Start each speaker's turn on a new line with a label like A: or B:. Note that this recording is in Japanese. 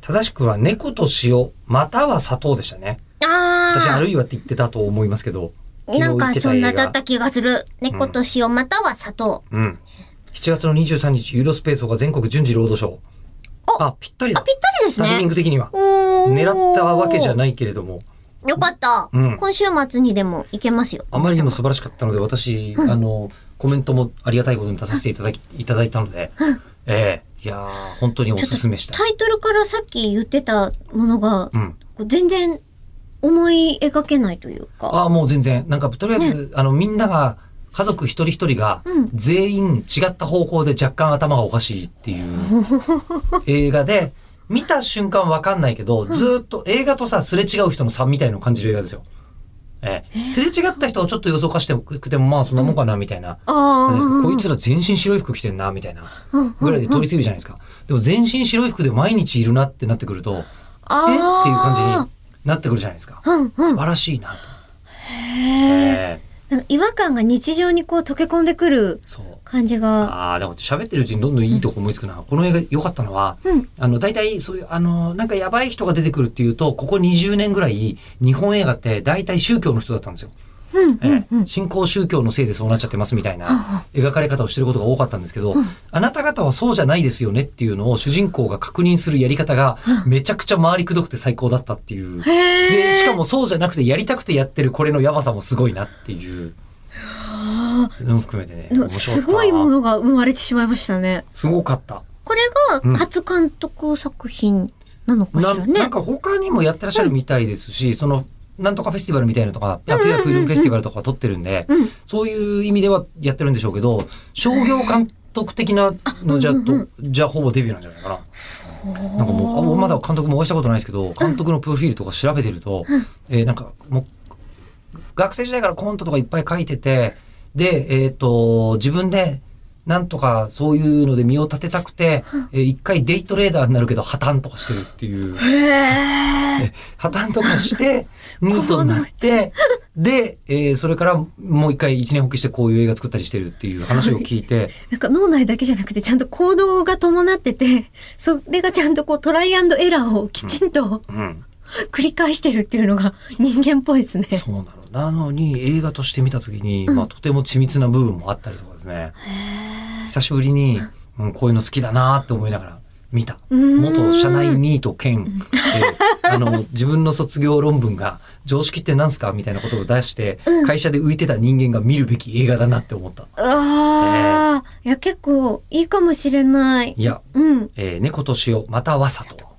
A: 正しくは猫と塩、または砂糖でしたね。
B: あ
A: 私、あ
B: ー
A: るいはって言ってたと思いますけど。昨日
B: な
A: 言
B: ん
A: っ
B: か
A: て
B: そ
A: た
B: ん
A: 映
B: なだ
A: 画
B: っ。た気がする。猫と塩または砂糖。
A: うん。7月の23日、ユーロスペースが全国順次労働賞。あ、ぴったり
B: あ、
A: だ。
B: ぴったりです
A: タイミン
B: ね。
A: グ的には。狙
B: 狙
A: ったわけじゃ
B: い。
A: ないけれども、
B: よかった。
A: うん
B: 今週末にでも行けますよ。
A: あまりにも素晴らしかったので、私、あの、コメントもありがたいことに出させていただき、いただいたので、ええいやー、本当におすすめした。
B: タイトルからさっき言ってたものが、
A: うん。
B: こう全然思い描けないというか。
A: ああ、もう全然。なんか、とりあえず、あの、みんなが、家族一人一人が
B: うん、
A: 全員違った方向で若干頭がおかしいって いう映画で、見た瞬間わかんないけど、ずーっと映画とさ、すれ違う人の差みたいのを感じる映画ですよ。ええ。すれ違った人をちょっと予想化してもくても、まあそんなもんかな、みたいな。
B: あー
A: こいつら全身白い服着てんな、みたいな。
B: うん
A: ぐらいで通り過ぎるじゃないですか。でも全身白い服で毎日いるなってなってくると、え
B: あ
A: って
B: ー
A: いう感じになってくるじゃないですか。
B: うんうん
A: 素晴らしいなと。へえ。
B: なんか違和感が日常にこう溶け込んでくる
A: そう。
B: 感じが。
A: ああ、でも喋ってるうちにどんどんいいとこ思いつくな。この映画良かったのは、
B: うん
A: あの、大体そういう、あの、なんかやばい人が出てくるっていうと、ここ20年ぐらい、日本映画って大体宗教の人だったんですよ。
B: うんう
A: え
B: ん
A: え信仰宗教のせいでそうなっちゃってますみたいな描かれ方をしてることが多かったんですけど、あなた方はそうじゃないですよねっていうのを主人公が確認するやり方がめちゃくちゃ回りくどくて最高だったっていう。で、しかもそうじゃなくてやりたくてやってるこれのやばさもすごいなっていう。のも含めてね。面白かった
B: すごいものが生まれてしまいましたね。
A: すごかった。
B: これ
A: うん
B: が初監督作品なのかし
A: なな
B: らね
A: ん。か他にもやってらっしゃるみたいですし、その、なんとかフェスティバルみたいなのとか、ピアピアフィルムフェスティバルとかは撮ってるんで、
B: うん
A: そういう意味ではやってるんでしょうけど、商業監督的なのじゃと、じゃほぼデビューなんじゃないかな。なんかもう、あもうまだ監督もお会いしたことないですけど、監督のプロフィールとか調べてると、えーなんかもう、学生時代からコントとかいっぱい書いてて、で、えっ、と、自分で、なんとかそういうので身を立てたくて、えー一回デイトレーダーになるけど破綻とかしてるって いう。
B: へえ。
A: 破綻とかして、ニートになって、で、えーそれからもう一回一年復帰してこういう映画作ったりしてるっていう話を聞いて、
B: なんか脳内だけじゃなくてちゃんと行動が伴ってて、それがちゃんとこうトライアンドエラーをきちんと
A: うん、
B: 繰り返してるっていうのが人間っぽいですね。
A: そうなの。なのに映画として見た時に、まあとても緻密な部分もあったりとかですね。久しぶりに、うん、こういうの好きだなって思いながら見た。
B: うーん
A: 元社内ニート兼、えーあの、自分の卒業論文が常識って何すかみたいなことを出して、会社で浮いてた人間が見るべき映画だなって思った。
B: ああ、いや結構いいかもしれない。
A: いや、
B: うん。
A: えー猫と塩または砂糖。